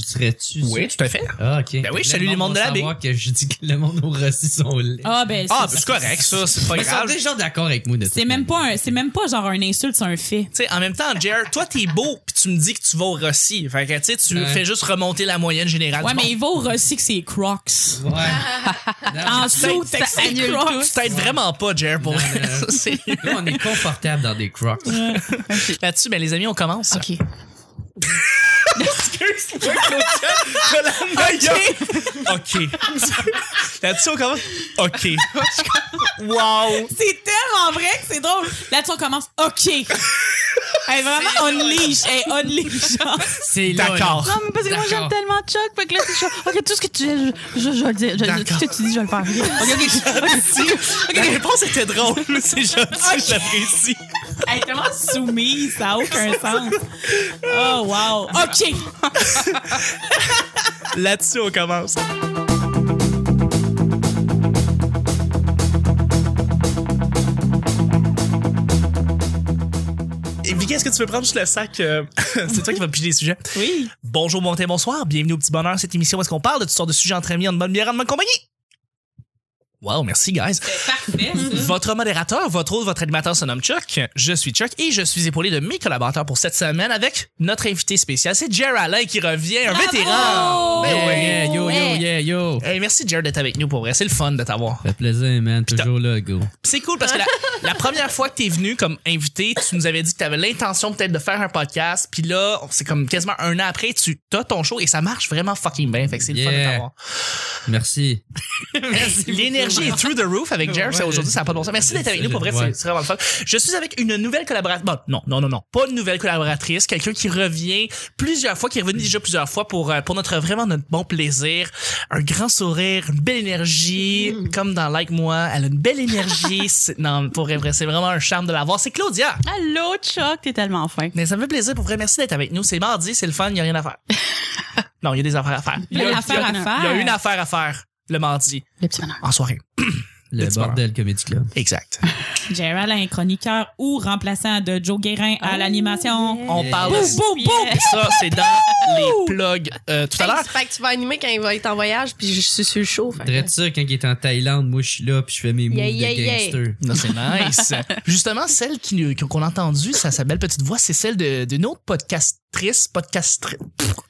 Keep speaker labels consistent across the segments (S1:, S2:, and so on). S1: T'enregistrais-tu?
S2: Oui, tout à fait.
S1: Ah, ok.
S2: Ben
S1: Fait que
S2: oui, je
S1: là,
S2: salue
S1: le
S2: les
S1: monde
S2: mondes de
S1: va
S2: la baie.
S1: savoir que je dis que le monde au Rossi sont laids.
S3: Ah, ben,
S2: Ah,
S3: c'est-
S2: ben, c'est correct, ça. C'est pas
S1: Ils sont
S2: grave. Tu
S1: déjà d'accord avec moi de
S3: C'est même pas un, c'est même pas genre un insulte, c'est un fait.
S2: sais, en même temps, JR, toi, t'es beau, puis tu me dis que tu vas au Rossi. Fait que, tu sais, tu
S1: Ouais.
S2: fais juste remonter la moyenne générale.
S3: Ouais,
S2: du
S3: mais
S2: monde.
S3: il va au Rossi que c'est Crocs.
S1: Ouais. Non,
S3: En
S1: mais-
S3: dessous,
S2: ça
S3: c'est c'est
S2: annule
S3: Crocs.
S2: Tu t'aides vraiment pas, JR, pour
S1: Non,
S2: vrai.
S1: non, non.
S2: C'est-
S1: Là, on est confortable dans des crocs.
S2: Là-dessus, ben, les amis, on commence.
S3: Ok.
S2: Excuse-moi, Claudia. OK. Là-dessus, on commence. OK. Wow.
S3: C'est tellement vrai que c'est drôle. Là, tu commence. OK. Elle est vraiment on leash. Elle est on leash. genre.
S1: C'est là,
S2: D'accord.
S4: Non, mais parce que moi, j'aime
S1: D'accord.
S4: tellement Chuck. Fait que là, c'est chaud. Ok, tout ce que tu dis, je, je, je vais le dire. Je-
S2: D'accord.
S4: tout ce que tu dis, je vais le faire. Ok, ok, ok.
S2: La réponse était drôle. C'est gentil, j'apprécie.
S3: Elle est tellement soumise. Ça n'a aucun sens. Oh, wow. OK.
S2: Là-dessus, on commence. Et Vicky, est-ce que tu veux prendre juste le sac? euh, c'est toi qui vas piger les sujets.
S3: Oui.
S2: Bonjour, bon matin, bonsoir. Bienvenue au Petit Bonheur, cette émission où est-ce qu'on parle de toutes sortes de sujets entre amis, en bonne bière, en bonne compagnie. Wow, merci, guys.
S3: Parfait, ça.
S2: Votre modérateur, votre autre, votre animateur se nomme Chuck. Je suis Chuck et je suis épaulé de mes collaborateurs pour cette semaine avec notre invité spécial. C'est Jer Alain qui revient, un vétéran.
S3: Bravo!
S2: Ben ouais.
S1: Yeah, yo, yo, yeah, yo.
S2: Hey, merci, Jer, d'être avec nous pour vrai. C'est le fun de t'avoir.
S1: Ça fait plaisir, man. Toujours là, go.
S2: Puis C'est cool parce que la, la première fois que t'es venu comme invité, tu nous avais dit que t'avais l'intention peut-être de faire un podcast. Puis là, c'est comme quasiment un an après, tu t'as ton show et ça marche vraiment fucking bien. Fait que c'est le fun de
S1: Yeah.
S2: t'avoir.
S1: Merci.
S2: L'énergie est through the roof avec Jer.
S1: Ouais,
S2: ça, Aujourd'hui, ça n'a pas de bon sens. Merci d'être avec nous. Pour vrai, c'est-
S1: Ouais.
S2: c'est vraiment le fun. Je suis avec une nouvelle collaboratrice. Bon, non, non, non, non. Pas une nouvelle collaboratrice. Quelqu'un qui revient plusieurs fois, qui est revenu déjà plusieurs fois pour, euh, pour notre vraiment notre bon plaisir. Un grand sourire, une belle énergie. Comme dans Like Moi, elle a une belle énergie. C'est- non, pour vrai, vrai, c'est vraiment un charme de la voir. C'est Claudia.
S4: Allô, Chuck, t'es tellement fin.
S2: Mais ça me fait plaisir. Pour vrai, merci d'être avec nous. C'est mardi, c'est le fun. Il n'y a rien à faire. non, il y a des affaires à faire. Il y a-
S3: Une affaire à
S4: il
S2: il
S4: y a
S2: y a
S3: faire.
S2: une affaire à faire le mardi
S4: Le petit bonheur.
S2: en soirée.
S1: Le
S2: Petit
S1: bordel Comedy Club.
S2: Exact.
S3: Gérald est chroniqueur ou remplaçant de Joe Guérin
S4: Oh,
S3: à l'animation.
S2: On
S1: Yeah.
S2: parle de
S3: Boum, boum, boum.
S2: ça, c'est dans les plugs euh, tout à l'heure.
S5: Fait que tu vas animer quand il va être en voyage, puis je suis sur le show. fait que-
S1: Dirais-tu ça quand il est en Thaïlande, moi je suis là puis je fais mes moves
S5: Yeah, yeah,
S1: de
S5: yeah.
S1: gangster.
S2: Non, c'est nice. Justement, celle qui- qu'on a entendue, sa, sa belle petite voix, c'est celle de- d'une autre podcastrice, podcastrice,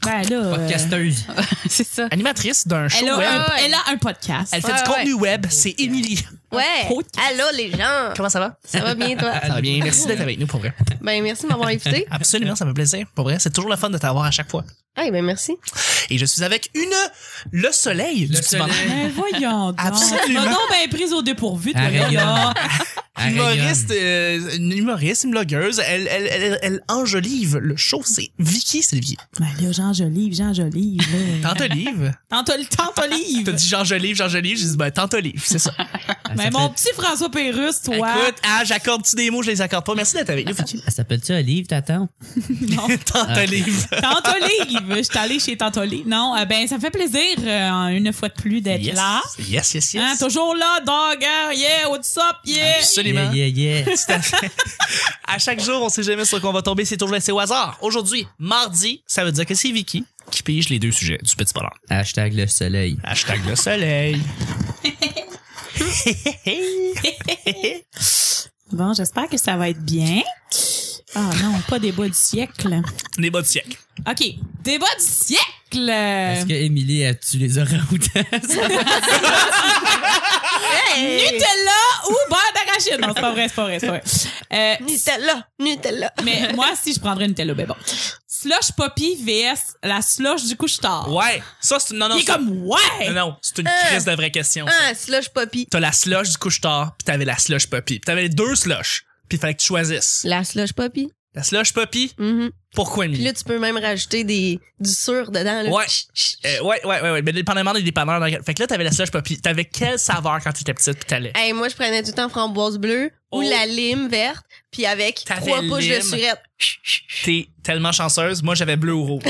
S3: Ben là. euh,
S1: Podcasteuse.
S4: C'est ça.
S2: animatrice d'un show
S3: Elle a,
S2: web.
S3: un, elle a un podcast.
S2: Elle fait du
S5: Ouais,
S2: contenu web, c'est Émilie.
S5: Ouais.
S3: Podcast.
S5: Allô les gens.
S2: Comment ça va?
S5: Ça va bien toi?
S2: Ça va bien, merci d'être avec nous pour vrai.
S5: Ben merci de m'avoir invité.
S2: Absolument, ça me fait plaisir. Pour vrai, c'est toujours le fun de t'avoir à chaque fois.
S5: Hey, ben merci.
S2: Et je suis avec une Le Soleil du
S1: Le
S2: petit bonheur.
S1: soleil.
S3: Ben voyons donc.
S2: Absolument.
S3: T'as donc ben prise au dépourvu, toi,
S1: Arrête.
S3: là.
S1: Arrête,
S2: humoriste, euh, une humoriste, une blogueuse, elle, elle, elle, elle enjolive le show, c'est Vicky Sylvie.
S3: Ben là, Jean Jolive, Jean Jolive. là.
S2: T'entolives?
S3: Tantôt, tantôt
S2: T'as
S3: livre.
S2: dit Jean Jolive, Jean Jolive, j'ai dit ben Tantolive, c'est Ah, ça.
S1: regarde.
S3: Mais
S1: Elle
S3: mon
S1: s'appelle-
S3: petit François Pérusse, toi.
S2: Écoute, ah, j'accorde-tu des mots, je les accorde pas. Merci d'être avec nous.
S1: Elle s'appelle-tu Olive, ta tante?
S3: Non.
S2: Tantolive.
S3: Tantôt livre. Je suis allée chez Tantôt livre. Non, euh, ben, ça me fait plaisir, euh, une fois de plus, d'être
S2: Yes.
S3: là.
S2: Yes, yes, yes.
S3: Hein, toujours là, dog, hein? yeah, what's up, yeah.
S2: Absolument.
S1: Yeah, yeah, yeah.
S2: Tout à fait. À chaque jour, on sait jamais sur quoi on va tomber, c'est toujours laissé au hasard. Aujourd'hui, mardi, ça veut dire que c'est Vicky qui pige les deux sujets du petit bonheur.
S1: Hashtag le soleil.
S2: Hashtag le soleil.
S3: Bon, j'espère que ça va être bien. Ah non, pas débat du siècle.
S2: Débat du siècle.
S3: OK, débat du siècle.
S1: Est-ce que Émilie a tué les orang-outans?
S3: Nutella ou beurre d'arachide. Non, c'est pas vrai, c'est pas vrai, c'est pas vrai. Euh,
S5: Nutella, Nutella.
S3: mais moi, si je prendrais une Nutella, ben bon. Slush Poppy vs la slush du couche-tard.
S2: Ouais, ça, c'est une. Non, non,
S3: Il est
S2: ça- Euh,
S3: comme, Euh. ouais!
S2: Non, non, c'est une
S5: Hein?
S2: crise de vraie question. ça.
S5: Ah, slush poppy.
S2: T'as la slush du couche-tard, puis t'avais la slush puppy. Puis t'avais les deux slush, puis il fallait que tu choisisses.
S5: La slush poppy.
S2: La slush puppy,
S5: Mhm.
S2: pourquoi
S5: Puis
S2: Émilie?
S5: là, tu peux même rajouter des, du sur dedans. Là.
S2: Ouais.
S5: Chut, chut, chut.
S2: Euh, ouais, ouais, ouais, ouais. Mais dépendamment des dépanneurs. dans quel- Fait que là, t'avais la slush poppy. T'avais quelle saveur quand t'étais petite pis t'allais?
S5: Hey, moi, je prenais tout le temps framboise bleue
S2: Oh.
S5: ou la lime verte, puis avec
S2: T'avais
S5: trois pouches de
S2: lime.
S5: surette. Chut, chut, chut.
S2: T'es tellement chanceuse. Moi, j'avais bleu ou rouge.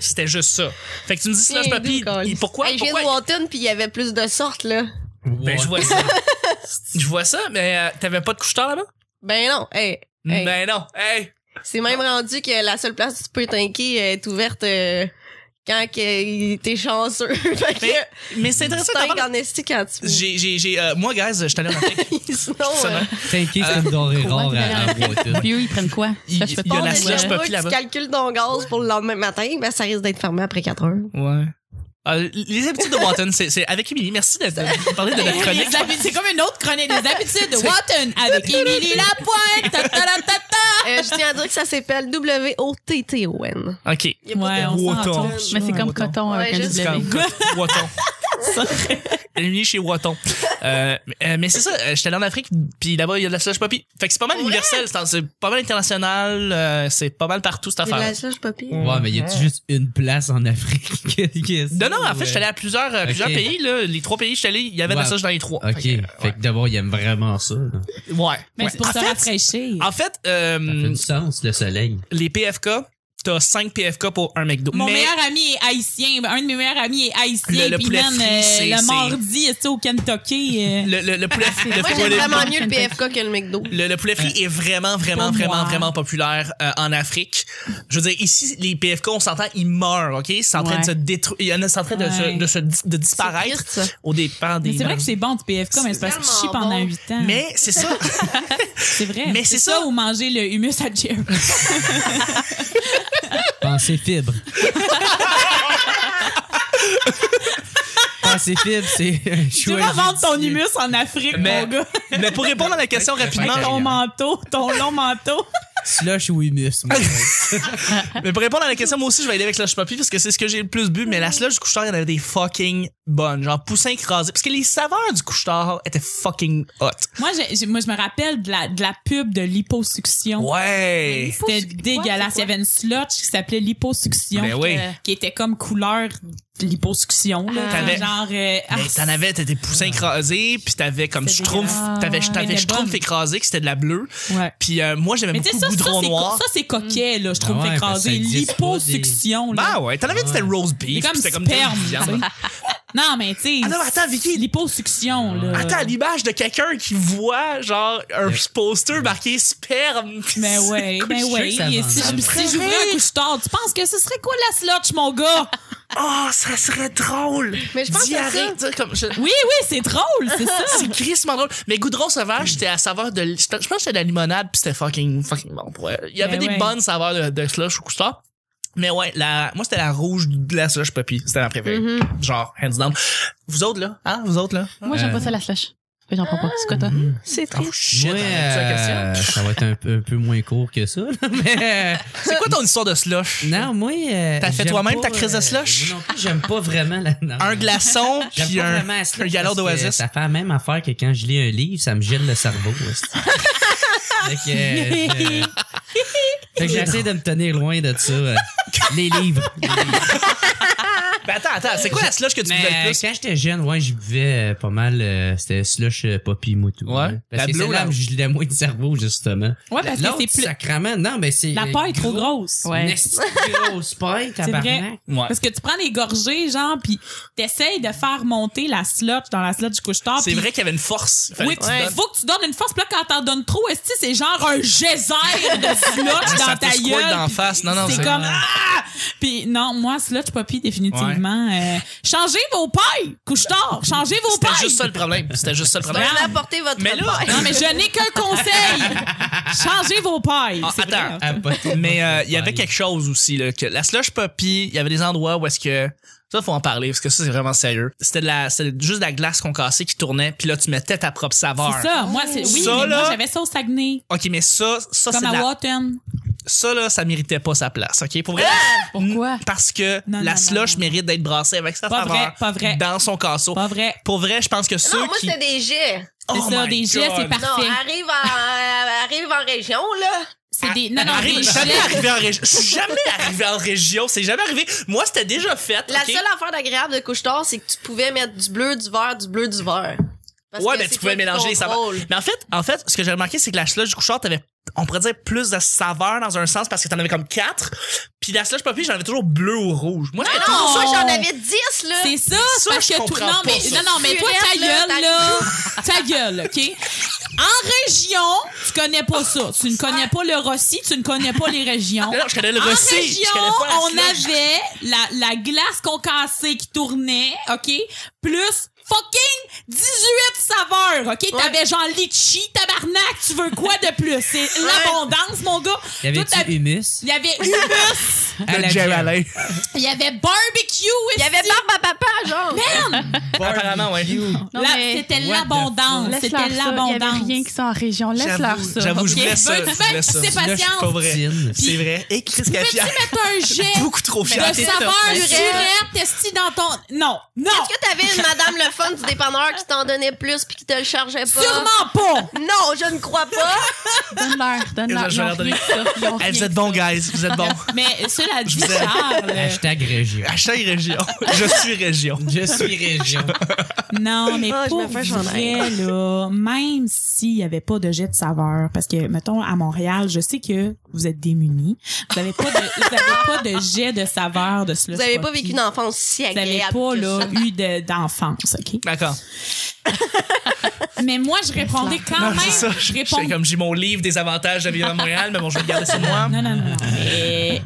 S2: C'était juste ça. Fait que tu me dis slush
S5: Rien
S2: poppy.
S5: d'où, Carlis.
S2: il- Pourquoi?
S5: Hey, je viens
S2: pourquoi?
S5: de Walton, puis il y avait plus de sortes, là.
S2: Ben, je vois ça. je vois ça, mais euh, t'avais pas de couche-tard là-bas?
S5: Ben non, hey. hey.
S2: Ben non. Hey!
S5: C'est même rendu que la seule place où tu peux tanker est ouverte euh, quand que t'es chanceux. fait que
S2: Mais- Mais c'est
S5: tu
S2: intéressant
S5: tankes
S2: d'abord.
S5: en esti quand tu
S2: J'ai, j'ai, j'ai, euh, moi, guys, je suis allé en Afrique.
S5: Sinon,
S2: Ça
S5: euh,
S2: va.
S1: Tanké, c'est une dorée
S4: Comment
S1: rare
S4: tu vas aller
S1: à,
S4: en
S1: à Bois-Tout.
S4: Puis eux, ils prennent quoi?
S2: Il-
S4: Ça, je peux
S2: il y a
S4: pas.
S2: la
S5: on
S2: slush
S3: Euh,
S5: dirait
S2: puppy
S5: pas que
S2: là-bas.
S5: tu calcules ton gaz pour le lendemain matin, ben ça risque d'être fermé après 4 heures.
S2: Ouais. Euh, les habitudes de Watton, c'est, c'est avec Émilie. Merci de, de- de parler de notre chronique.
S3: Les habitudes- C'est comme une autre chronique. Les habitudes de Watton avec Émilie Lapointe. Ta, ta, ta, ta, ta.
S5: Euh, je tiens à dire que ça s'appelle W-O-T-T-O-N.
S2: OK.
S5: Y a pas
S4: Ouais,
S5: de-
S4: on s'en
S2: Watton.
S4: retourne. Mais c'est comme
S2: Watton.
S4: coton avec
S5: Ouais,
S4: un
S5: juste
S2: C'est
S4: W.
S2: comme Watton. Émilie chez Watton. Euh, euh, mais c'est ça, euh, j'étais allé en Afrique, puis là-bas, il y a de la slush poppy. Fait que c'est pas mal universel, c'est, c'est pas mal international, euh, c'est pas mal partout cette
S5: y a de
S2: affaire.
S5: la slush poppy.
S1: Ouais, mais y a-tu juste une place en Afrique?
S2: Non, non, en fait, je suis allé à plusieurs, euh, plusieurs
S1: Ok.
S2: pays, là. Les trois pays, je suis allé, il y avait de la
S1: Ouais.
S2: slush dans les trois.
S1: Ok,
S2: Fait
S1: fait
S2: que,
S1: que, d'abord, il aime vraiment ça. là.
S2: euh, ouais.
S3: Mais
S2: ouais.
S3: c'est pour
S2: en,
S3: se
S2: fait,
S3: rafraîchir.
S2: en fait, euh,
S1: Ça fait du sens, le soleil.
S2: les PFK, t'as 5 PFK pour un McDo.
S3: Mon
S2: mais
S3: meilleur ami est haïtien. Ben, Un de mes meilleurs amis est haïtien.
S2: Le- le
S3: Puis,
S2: poulet
S3: man,
S2: frit,
S3: euh,
S2: c'est-
S3: le
S2: c'est-
S3: mardi, c'est au Kentucky. euh,
S2: le, le, le poulet, le
S5: Moi,
S2: poulet-
S5: j'aime vraiment mieux le PFK que le McDo.
S2: Le, le poulet frit est vraiment, vraiment,
S3: Pour
S2: vraiment,
S3: moi.
S2: vraiment populaire euh, en Afrique. Je veux dire, ici, les PFK, on s'entend, ils meurent, OK? C'est en train de
S3: Ouais.
S2: se détruire. Il y en a, c'est en train de, se,
S3: Ouais.
S2: de, se di- de disparaître
S5: C'est triste.
S2: au dépens des...
S3: Mais c'est vrai que c'est bon du PFK, mais c'est parce que tu chies
S5: tellement
S3: pendant
S5: bon.
S3: 8 ans.
S2: Mais c'est ça.
S3: c'est vrai.
S2: mais c'est ça.
S3: ou manger le humus à Jerry.
S1: Pensez fibre. Pensez fibre, c'est un
S3: Tu
S1: choix.
S3: vas vendre ton
S1: judicieux.
S3: humus en Afrique,
S2: Mais-
S3: mon gars.
S2: Mais pour répondre à la question rapidement,
S1: Ouais,
S3: Ton manteau, ton long manteau.
S1: Slush ou humus? moi.
S2: mais pour répondre à la question, moi aussi, je vais aller avec la slush poppy parce que c'est ce que j'ai le plus bu. Mais la slush du couche-tard, il y en avait des fucking bonnes. Genre poussin écrasé. Parce que les saveurs du couche-tard étaient fucking hot.
S3: Moi, j'ai- j'ai- moi, je me rappelle de la, de la pub de l'hyposuction.
S2: Ouais.
S3: C'était
S4: Quoi,
S3: dégueulasse. Il
S4: c'est
S3: y avait une slotch qui s'appelait l'hyposuction.
S2: Ben oui.
S3: que- Qui était comme couleur de l'hyposuction. là.
S4: Ah.
S2: T'avais-
S3: Genre. euh, ah,
S2: Mais Ben, t'en avais, t'étais poussin écrasé, puis t'avais comme
S3: C'est
S2: schtroumpf,
S3: dégueulasse.
S2: t'avais, t'avais
S3: Mais
S2: schtroumpf
S3: bonne.
S2: écrasé, que c'était de la bleue.
S3: ouais.
S2: Puis euh, moi, j'aimais
S3: Mais tu
S2: beaucoup
S3: sais, ça, ça,
S2: Goudron
S3: c'est co-
S2: Noir. ben,
S3: ça, c'est coquet, là. Je trouve
S1: Ah ouais,
S3: écrasé.
S1: parce que ça existe pas des-
S3: L'hyposuction, là.
S2: Bah ouais, t'en avais dit que c'était le roast beef,
S3: C'est
S2: puis
S3: comme
S2: c'était comme
S3: sperme.
S2: de la viande.
S3: tu sais. non, mais tu sais.
S2: Ah non, attends, Vicky.
S3: L'hyposuction, là.
S2: Attends, l'image de quelqu'un qui voit genre un poster marqué sperme. puis
S3: Mais
S2: c'est
S3: ouais,
S2: couché.
S3: mais ouais.
S1: que ça
S3: Et
S1: vend
S3: Si,
S1: ça.
S3: je- si j'ouvrais un couche-tard, tu penses que ce serait quoi la slotch, mon gars?
S2: Oh, ça serait drôle.
S5: Mais je pense que c'est
S2: Diarrhée,
S5: ça.
S2: tu sais, comme je-
S3: Oui, oui, c'est drôle, c'est ça.
S2: C'est crissement drôle. Mais Goudron Sauvage, c'était à saveur de. Je pense que c'était de la limonade, puis c'était fucking, fucking bon. pour elle. Il y avait
S3: Ben
S2: des
S3: ouais.
S2: bonnes saveurs de, de slush au couche-tard. Mais ouais, la, moi, c'était la rouge de la slush poppy. C'était ma préférée.
S1: Mm-hmm.
S2: Genre, hands down. Vous autres, là? Hein? Vous autres, là?
S1: Oh,
S4: Moi, j'aime pas ça, la slush. Mais j'en prends pas. C'est quoi, toi?
S5: C'est
S2: Oh,
S5: triste.
S2: shit.
S1: Moi,
S2: As-tu la question?
S1: euh, ça va être un peu, un peu moins court que ça, là, mais... euh,
S2: C'est quoi ton histoire de slush?
S1: Non, moi... euh,
S2: T'as fait
S1: j'aime
S2: toi-même
S1: pas,
S2: ta crise de
S1: euh,
S2: slush?
S1: moi non plus, j'aime pas vraiment la... non.
S2: Un glaçon,
S1: J'aime
S2: puis
S1: pas
S2: un,
S1: vraiment la slush
S2: un galop
S1: parce que
S2: d'oasis.
S1: Ça fait la même affaire que quand je lis un livre, ça me gèle le cerveau. aussi. fait que, euh, je- fait que j'essaie de me tenir loin de ça. euh, les livres. Les livres.
S2: Ben attends, attends, c'est quoi la slush que tu voulais le
S1: Mais euh,
S2: plus?
S1: quand j'étais jeune, ouais, je buvais euh, pas mal. euh, C'était slush euh, poppy moutou.
S2: Ouais.
S1: hein. Parce
S2: La
S1: que
S2: bleue,
S1: c'est là
S2: la-
S1: où je gelais moins de cerveau, justement.
S3: Ouais, parce que
S1: L'autre,
S3: c'est plus.
S1: sacrament, non, mais c'est.
S3: La
S1: euh,
S3: paille est trop
S1: gros-
S3: grosse.
S4: Ouais.
S1: Une esti de grosse paille, tabarnak.
S2: Ouais.
S3: Parce que tu prends des gorgées, genre, puis t'essayes de faire monter la slotch dans la slotch du couche-tard.
S2: C'est
S3: puis-
S2: vrai qu'il y avait une force. Il fallait
S3: Oui,
S2: que
S3: puis
S2: tu
S3: il
S2: donnes.
S3: faut que tu donnes une force. Puis là, quand t'en donnes trop, est-ce que c'est genre un geyser de
S2: Ça
S3: slotch dans
S2: te
S3: ta
S2: squirt
S3: gueule?
S2: d'en
S3: puis
S2: face. Non, non,
S3: c'est
S2: c'est-
S3: comme ah! Puis non, moi, slotch poppy définitivement. euh, changez vos pailles, couche-tard. Changez vos
S2: C'était
S3: pailles.
S2: juste ça le problème. C'était juste ça le
S5: On
S2: problème.
S5: va apporter votre
S2: Ah, Mais là-
S5: paille.
S3: Non, mais je n'ai qu'un conseil. Changez vos pailles.
S2: Ah,
S3: C'est
S2: attends.
S3: vrai. hein.
S1: Ah, pas-
S2: Mais euh, il y avait
S1: Paille.
S2: quelque chose aussi là que la slush poppy, il y avait des endroits où est-ce que ça faut en parler parce que ça c'est vraiment sérieux. C'était de la c'était juste de la glace qu'on cassait qui tournait puis là tu mettais ta propre saveur.
S3: C'est ça. Moi, c'est oui,
S2: Ça,
S3: mais
S2: là-
S3: moi j'avais ça au Saguenay.
S2: OK, mais ça ça c'est
S3: Comme
S2: de
S3: à
S2: la-
S3: Watton.
S2: ça là ça méritait pas sa place. OK, pour vrai.
S4: Pourquoi?
S2: Parce que
S3: Ah! Non,
S2: la
S3: non,
S2: slush
S3: non, non.
S2: mérite d'être brassée avec sa
S3: Pas vrai,
S2: saveur
S3: pas vrai.
S2: dans son casseau.
S3: Pas vrai.
S2: Pour vrai, je pense que ceux
S5: Non, moi,
S2: qui
S5: c'était des jets.
S3: C'est
S2: Oh
S3: ça,
S2: my
S3: des gestes,
S2: God.
S3: c'est
S5: Non,
S3: parfait.
S5: arrive en, euh, arrive en région, là.
S3: C'est des non non,
S2: Arrive-
S3: des
S2: je suis jamais
S3: gels.
S2: arrivé en région. Je suis jamais arrivé en région. C'est jamais arrivé. Moi, c'était déjà fait.
S5: La
S2: OK?
S5: seule affaire d'agréable de couche-tard, c'est que tu pouvais mettre du bleu, du vert, du bleu, du vert. Parce
S2: ouais,
S5: que
S2: mais
S5: c'est
S2: tu pouvais
S5: toi qui
S2: mélanger les saveurs.
S5: contrôle.
S2: Mais en fait, en fait, ce que j'ai remarqué, c'est que la slush du couchard, t'avais, on pourrait dire plus de saveurs dans un sens parce que t'en avais comme quatre. Puis la slush poppy, j'en avais toujours bleu ou rouge. Moi, j'étais
S5: Non,
S3: Non.
S5: ça, j'en avais 10, là.
S3: C'est ça,
S2: Ça,
S3: parce
S2: je
S3: que tout.
S2: comprends
S3: Non,
S2: pas
S3: mais,
S2: ça.
S3: non, non, mais toi, ta
S5: Furette, là,
S3: gueule, là. Ta gueule, OK? En région, tu connais pas ça. Tu ne connais pas le Rossi, tu ne connais pas les régions.
S2: Non, non, je connais le
S3: en
S2: Rossi.
S3: région,
S2: je connais pas la
S3: on
S2: Sludge.
S3: avait la, la glace concassée qui tournait, OK? Plus fucking 18 saveurs, OK? T'avais genre litchi, tabarnak, tu veux quoi de plus? C'est l'abondance, mon gars.
S1: Y avait
S3: Toi, t'avais-
S1: tu humus?
S3: Il y avait hummus,
S1: À la
S2: Le Jerry
S1: bière.
S2: Alain.
S3: il y avait barbecue,
S5: Il y avait barbe à papa, genre.
S3: merde!
S2: Apparemment, ouais.
S4: Non,
S3: Là,
S4: mais
S1: what
S3: C'était
S1: the
S3: l'abondance,
S4: laisse-leur
S3: c'était
S4: ça. Il y avait
S3: l'abondance.
S4: rien qui soit en région. Laisse-leur
S2: J'avoue,
S4: ça.
S2: J'avoue, je
S3: Ok,
S2: vous laisse ça.
S3: veux-tu
S2: je vous
S3: faire
S2: laisse ça.
S3: une petite
S2: Là, je suis pas vrai.
S1: patience?
S2: C'est vrai. Et Chris
S3: Peux-tu
S2: Cafia,
S3: mettre un jet
S2: beaucoup trop fier.
S3: de saveur
S5: Purée.
S3: surette, testi dans ton... Non, non,
S5: Est-ce que t'avais une madame le fun du dépanneur qui t'en donnait plus puis qui te le chargeait pas?
S3: sûrement pas!
S5: Non, je ne crois pas.
S4: Donne-leur. Donne-leur.
S2: Je vais leur
S4: Ils ont rien que ça. Ils ont
S2: Eh, vous
S4: rien
S2: êtes bons, guys. Vous êtes bons.
S3: Mais cela dit,
S2: vous aime.
S3: Charles...
S1: Hashtag région.
S2: À chaque région. Je suis région.
S1: Je suis région.
S3: Non, mais
S5: Ah, je
S3: pour
S5: me fais un
S3: vrai, là, même s'il n'y avait pas de jet de saveur, parce que, mettons, à Montréal, je sais que vous êtes démunis. Vous n'avez pas, de- vous avez pas de jet de saveur de cela.
S5: Vous avez pas vécu une enfance si
S3: Vous n'avez
S5: agréable.
S3: pas
S5: que
S3: là,
S5: ça.
S3: eu de- d'enfance, OK?
S2: D'accord.
S3: Mais moi, je répondais quand
S2: Non,
S3: même.
S2: c'est ça.
S3: Ah, je
S2: Je-
S3: réponds
S2: J'ai comme j'ai mon livre des avantages de vivre à Montréal, mais bon, je vais le garder sur moi.
S3: Non, non, non. non. Mais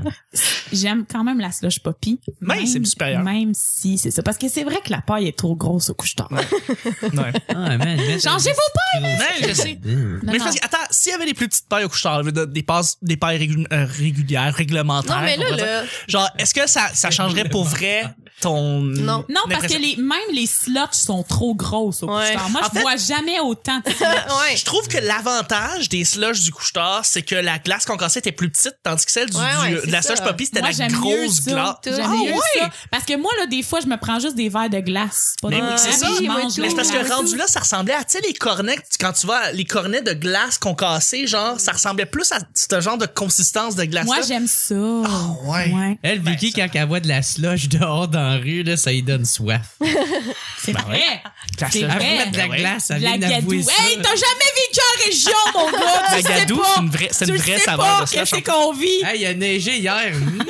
S3: J'aime quand même la slush poppy.
S2: Mais
S3: Même-
S2: c'est supérieur.
S3: Même si c'est ça. Parce que c'est vrai que la paille est trop grosse au couche-tard.
S2: Ouais.
S1: Ah, man, mais-
S3: Changez vos pailles!
S2: Non, je sais. Ben,
S1: Mmh.
S3: Non,
S2: mais je
S3: non.
S2: pense que- attends, s'il y avait des plus petites pailles au couche-tard, je veux dire, des, passes, des pailles régu- euh, régulières, réglementaires.
S5: Non, mais là,
S2: on va dire.
S5: là,
S2: Genre, est-ce que ça, ça changerait pour vrai ton.
S5: Non.
S3: Non, parce que
S2: impression?
S3: les, même les slots sont trop grosses au
S5: Ouais.
S3: couche-tard. Moi,
S2: En
S3: je
S2: fait-
S3: vois jamais autant de
S5: ouais.
S2: Je trouve que l'avantage des slushs du couche-tard, c'est que la glace concassée était plus petite, tandis que celle du,
S5: Ouais, ouais,
S2: du-
S5: c'est
S2: de la
S5: ça.
S2: slush poppy, c'était
S3: Moi,
S2: la
S3: j'aime mieux
S2: grosse
S3: ça.
S2: glace.
S3: J'aime
S2: Ah
S3: mieux
S2: ouais?
S3: ça. Parce que moi, là, des fois, je me prends juste des verres de glace. Pas
S2: Mais
S3: de
S2: oui, c'est
S3: glace,
S2: ça.
S3: je
S5: Oui, moi,
S3: mange
S5: tout.
S3: de
S2: Mais c'est parce
S3: glace.
S2: que rendu là, ça ressemblait à, tu sais, les cornets, que tu- quand tu vois les cornets de glace concassés, genre, ça ressemblait plus à ce genre de consistance de glace.
S3: Moi, j'aime ça.
S2: Ah ouais.
S1: Elle, Vicky, quand elle voit de la slush dehors dans la rue, là, ça lui donne soif.
S3: C'est vrai.
S2: Eh Classe,
S3: Eh,
S1: Elle
S2: Ah, là.
S3: C'est vrai.
S1: veut mettre de la
S2: Ouais.
S1: glace, elle
S3: La
S1: vient
S3: gadou.
S1: d'avouer ça.
S3: Hey, t'as jamais vécu en région, mon gars. Tu
S2: La gadou,
S3: sais pas.
S2: c'est une vraie, c'est
S3: Tu
S2: une
S3: le
S2: vraie
S3: sais
S2: saveur
S3: pas,
S2: de slush.
S3: qu'est-ce qu'on vit?
S1: Hey, il a neigé hier. Mmh.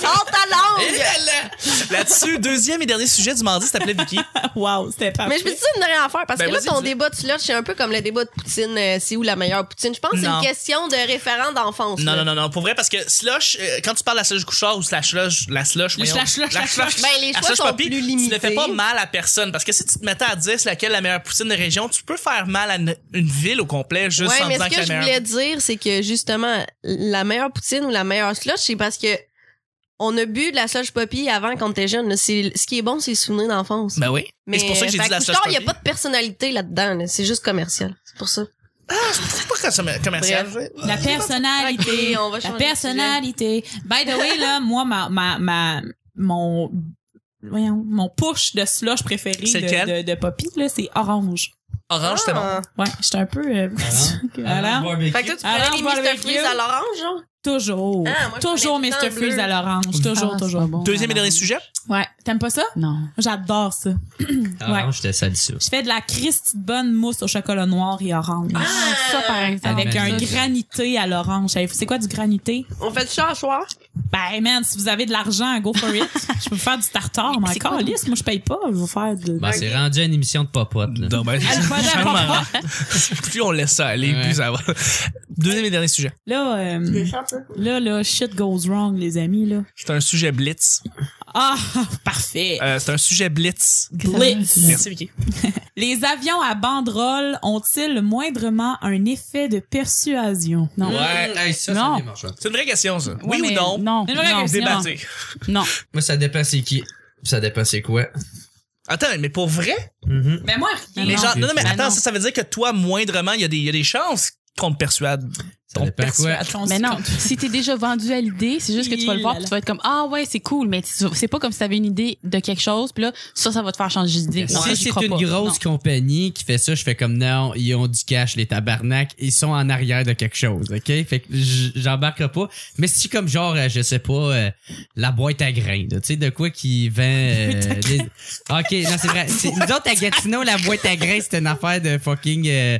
S5: Sors ta langue!
S2: Eh Là-dessus, deuxième et dernier sujet du mardi, s'appelait Vicky.
S3: Wow, c'était pas.
S5: Mais je me dis ça une dernière affaire parce
S2: Ben,
S5: que là,
S2: vas-y,
S5: ton
S2: dis-le.
S5: débat de slush, c'est un peu comme le débat de Poutine. euh, c'est où la meilleure Poutine? Je pense que c'est
S2: Non.
S5: une question de référent d'enfance.
S2: Non,
S5: là.
S2: non, non, non. Pour vrai, parce que slush, euh, quand tu parles de la slush couchard ou slash slush, la slush,
S3: Le
S2: voyons,
S3: slush, slush,
S2: la
S3: la slush.
S5: Ben, les
S2: la
S5: choix
S2: slush
S5: sont
S2: poppy,
S5: plus
S2: tu ne fais
S5: limités.
S2: pas mal à personne. Parce que si tu te mettais à 10 laquelle la meilleure poutine de région, tu peux faire mal à une, une ville au complet juste
S5: ouais,
S2: en
S5: mais
S2: disant
S5: ce que,
S2: la
S5: je
S2: meilleure.
S5: voulais dire, c'est que justement, la meilleure poutine ou la meilleure slush, c'est parce que on a bu de la slush poppy avant quand t'es jeune. là. C'est- Ce qui est bon, c'est les souvenirs d'enfance. euh,
S2: Ben oui. Mais c'est pour ça que j'ai
S5: fait
S2: dit la slush
S5: Couche-Tard,
S2: poppy.
S5: il n'y a pas de personnalité là-dedans. là. C'est juste commercial. C'est pour ça.
S2: Ah, C'est pas comme- commercial.
S3: La personnalité.
S5: Ok, on va
S3: la
S5: changer de
S3: personnalité. By the way, là, moi, ma, ma, ma, mon, voyons, mon push de slush préféré
S2: C'est
S3: de,
S2: lequel?
S3: de, de Poppy, là, c'est orange.
S2: Orange, c'est bon.
S5: Ah.
S3: Ouais, j'étais un peu, euh,
S1: Ah.
S3: alors,
S5: Fait que toi, tu
S3: Alors, on va
S5: prenais les Mr.
S3: avec
S5: Freeze
S3: you.
S5: à l'orange, genre?
S3: toujours.
S5: Ah, moi, je
S3: toujours
S5: connais tout
S3: Mr.
S5: le temps bleu.
S3: Freeze à l'orange. Toujours,
S4: Ah, c'est
S3: toujours.
S4: pas bon,
S2: Deuxième et
S4: madame.
S2: dernier sujet.
S3: Ouais. T'aimes pas ça?
S4: Non.
S3: J'adore ça.
S1: Orange, je te salue ça.
S3: Je fais de la Christie bonne mousse au chocolat noir et orange.
S4: Ah, ça, par exemple.
S3: Avec
S1: Ah,
S3: un
S1: ben, ça, c'est-
S3: granité à l'orange. Savez-vous C'est quoi du granité?
S5: On fait du chat à soir?
S3: Ben, man, si vous avez de l'argent, go for it. je peux vous faire du tartare, mais encore, lisse, moi, je paye pas. Je vais vous faire de.
S1: Bon, Ben, c'est rendu à une émission de popote. Là.
S2: ben,
S5: Ah,
S3: Elle va dire
S2: Charles
S3: pourquoi.
S2: plus on laisse ça aller,
S1: Ouais.
S2: plus ça va. Deuxième et dernier sujet.
S3: Là, euh, là, là, shit goes wrong, les amis, là.
S2: C'est un sujet blitz.
S3: Ah, parfait.
S2: Euh, c'est un sujet blitz.
S3: Blitz.
S2: Merci, Vicky.
S3: Les avions à banderole ont-ils moindrement un effet de persuasion? Non.
S2: Ouais.
S1: Hey, ça,
S4: Non.
S1: ça démarche.
S2: C'est une vraie question, ça.
S4: Ouais,
S2: Oui ou
S4: mais
S2: non?
S4: Non.
S3: Mais vrai
S4: non,
S3: que-
S2: Débattez.
S4: non.
S1: Moi, ça dépend c'est qui. Ça dépend c'est quoi.
S2: Attends, mais pour vrai?
S1: Mhm.
S3: Mais moi, rien.
S2: Mais
S4: non.
S2: genre, non, non, mais
S4: Ben
S2: attends,
S4: non.
S2: Ça, ça veut dire que toi, moindrement, il y, a des- il y a des chances qu'on te persuade.
S1: Ça
S2: On
S1: dépend quoi.
S2: persuade.
S4: Mais Ben, non, si t'es déjà vendu à l'idée, c'est juste que tu vas le voir,
S3: Il
S4: puis tu vas être comme ah ouais c'est cool, mais tu- c'est pas comme si t'avais une idée de quelque chose, puis là ça ça va te faire changer d'idée. Non, ça,
S1: Si
S4: j'y
S1: c'est
S4: crois
S1: une
S4: pas.
S1: grosse compagnie qui fait ça, je fais comme non, ils ont du cash, les tabarnak, ils sont en arrière de quelque chose, ok? Fait que j- j'embarque pas. Mais si comme genre, euh, je sais pas, euh, la boîte à grains, là, tu sais, de quoi qui vend... euh, des- Ok, non, c'est vrai. C'est- Nous autres, à Gatineau, la boîte à grains, c'était une affaire de fucking... euh,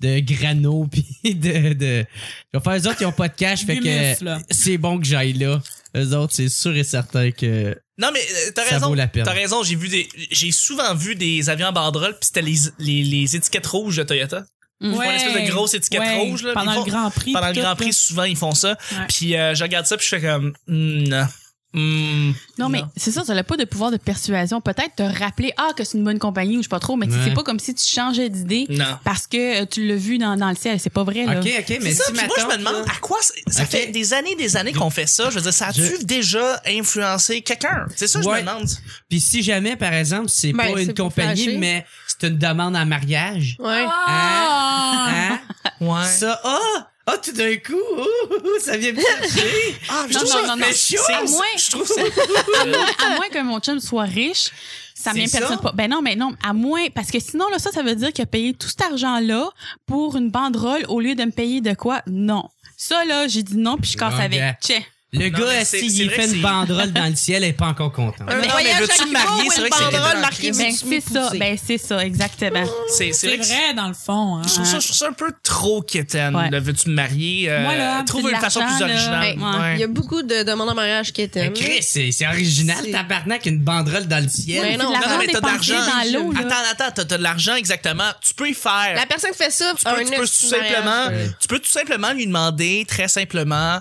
S1: de grano, pis de... de... Je vais faire, eux autres, ils ont pas de cash, fait
S3: Humus,
S1: que
S3: là.
S1: c'est bon que j'aille là. Eux autres, c'est sûr et certain que...
S2: Non, mais euh, t'as
S1: Ça
S2: raison.
S1: vaut la peine.
S2: T'as raison, j'ai vu des, j'ai souvent vu des avions à banderole pis c'était les, les, les étiquettes rouges de Toyota.
S4: Ouais.
S2: Ils font une espèce de grosse étiquette
S3: Ouais.
S2: rouge, là.
S3: Pendant
S2: Ils font-
S3: le Grand Prix.
S2: pendant
S3: puis
S2: le Grand
S3: tout,
S2: Prix, souvent, ils font ça.
S3: Ouais.
S2: Puis euh, je regarde ça puis je fais comme, Hmm, non. Hmm,
S4: Non, mais
S2: non.
S4: c'est ça, ça n'a pas de pouvoir de persuasion. Peut-être te rappeler, ah, que c'est une bonne compagnie ou je sais pas trop, mais tu sais,
S1: Ouais.
S4: c'est pas comme si tu changeais d'idée
S2: Non.
S4: parce que euh, tu l'as vu dans, dans le ciel. C'est pas vrai, là.
S1: Ok, ok, mais
S2: C'est ça,
S1: si
S2: puis
S1: ma
S2: moi, je me
S1: tante,
S2: demande
S1: là-
S2: à quoi ça, ça
S1: Ok.
S2: fait des années des années qu'on fait ça. Je veux dire, ça a-tu
S1: Je-
S2: déjà influencé quelqu'un? C'est ça, que je me
S1: Ouais.
S2: demande.
S1: Puis si jamais, par exemple, c'est
S5: Ben,
S1: pas
S5: c'est
S1: une
S5: pour
S1: compagnie,
S5: flasher.
S1: mais c'est une demande en mariage.
S5: Ouais.
S3: là. Ah!
S1: Hein?
S2: Ouais.
S1: Ça, ah! Ah, tout d'un coup, ouh, ouh, ouh, ça vient me chercher.
S2: Ah, je
S4: Non,
S2: trouve
S4: non,
S2: ça-
S4: non, non.
S2: mais chiant,
S4: C'est
S2: ça-
S4: moins.
S2: Je trouve ça. euh,
S4: à moins que mon chum soit riche, ça
S1: C'est ça?
S4: m'impressionne pas. Ben non, mais non, à moins parce que sinon là ça ça veut dire qu'il a payé tout cet argent là pour une banderole au lieu de me payer de quoi Non. Ça là, j'ai dit non puis je casse
S1: Bon
S4: avec.
S1: gars.
S4: Tchè.
S1: Le
S2: Non, mais
S1: gars,
S2: c'est-
S1: assis,
S2: c'est
S1: il
S2: vrai
S1: fait
S2: que
S1: une
S2: c'est-
S1: banderole dans le ciel, elle est pas encore contente.
S5: Un
S2: mais
S5: voyage
S2: veux-tu
S5: à
S2: me
S5: Cuba
S2: marier?
S5: ou
S2: C'est
S5: une
S2: vrai que c'est-
S5: banderole
S1: dans
S5: marquée
S1: le
S4: Ben
S5: Veux-tu me
S4: c'est ça,
S5: pousser?
S4: ben c'est ça exactement.
S2: C'est c'est
S3: C'est
S2: vrai que
S3: vrai, dans le fond. hein.
S2: Je trouve, ça, je trouve ça un peu trop quétaine.
S4: Ouais.
S2: le Veux-tu me marier? Euh,
S3: Moi, là,
S2: trouve
S4: c'est
S2: une
S4: de
S2: façon plus
S4: l'argent, là.
S2: originale.
S4: Ouais.
S2: Ouais.
S5: Il y a beaucoup de demandes en mariage qui étaient.
S1: Mais Chris, c'est c'est original,
S5: C'est-
S1: tabarnak, une banderole dans le ciel.
S5: Ouais,
S4: C'est de
S5: non,
S4: l'argent
S2: non, mais t'as de
S4: dépensé
S2: l'argent.
S4: dans l'eau là.
S2: Attends, attends, t'as- t'as de l'argent exactement. Tu peux y faire.
S5: La personne qui fait ça,
S2: tu peux,
S5: un
S2: Ah, tu peux tout
S5: ex mariage,
S2: simplement,
S5: euh,
S2: tu peux tout simplement lui demander très simplement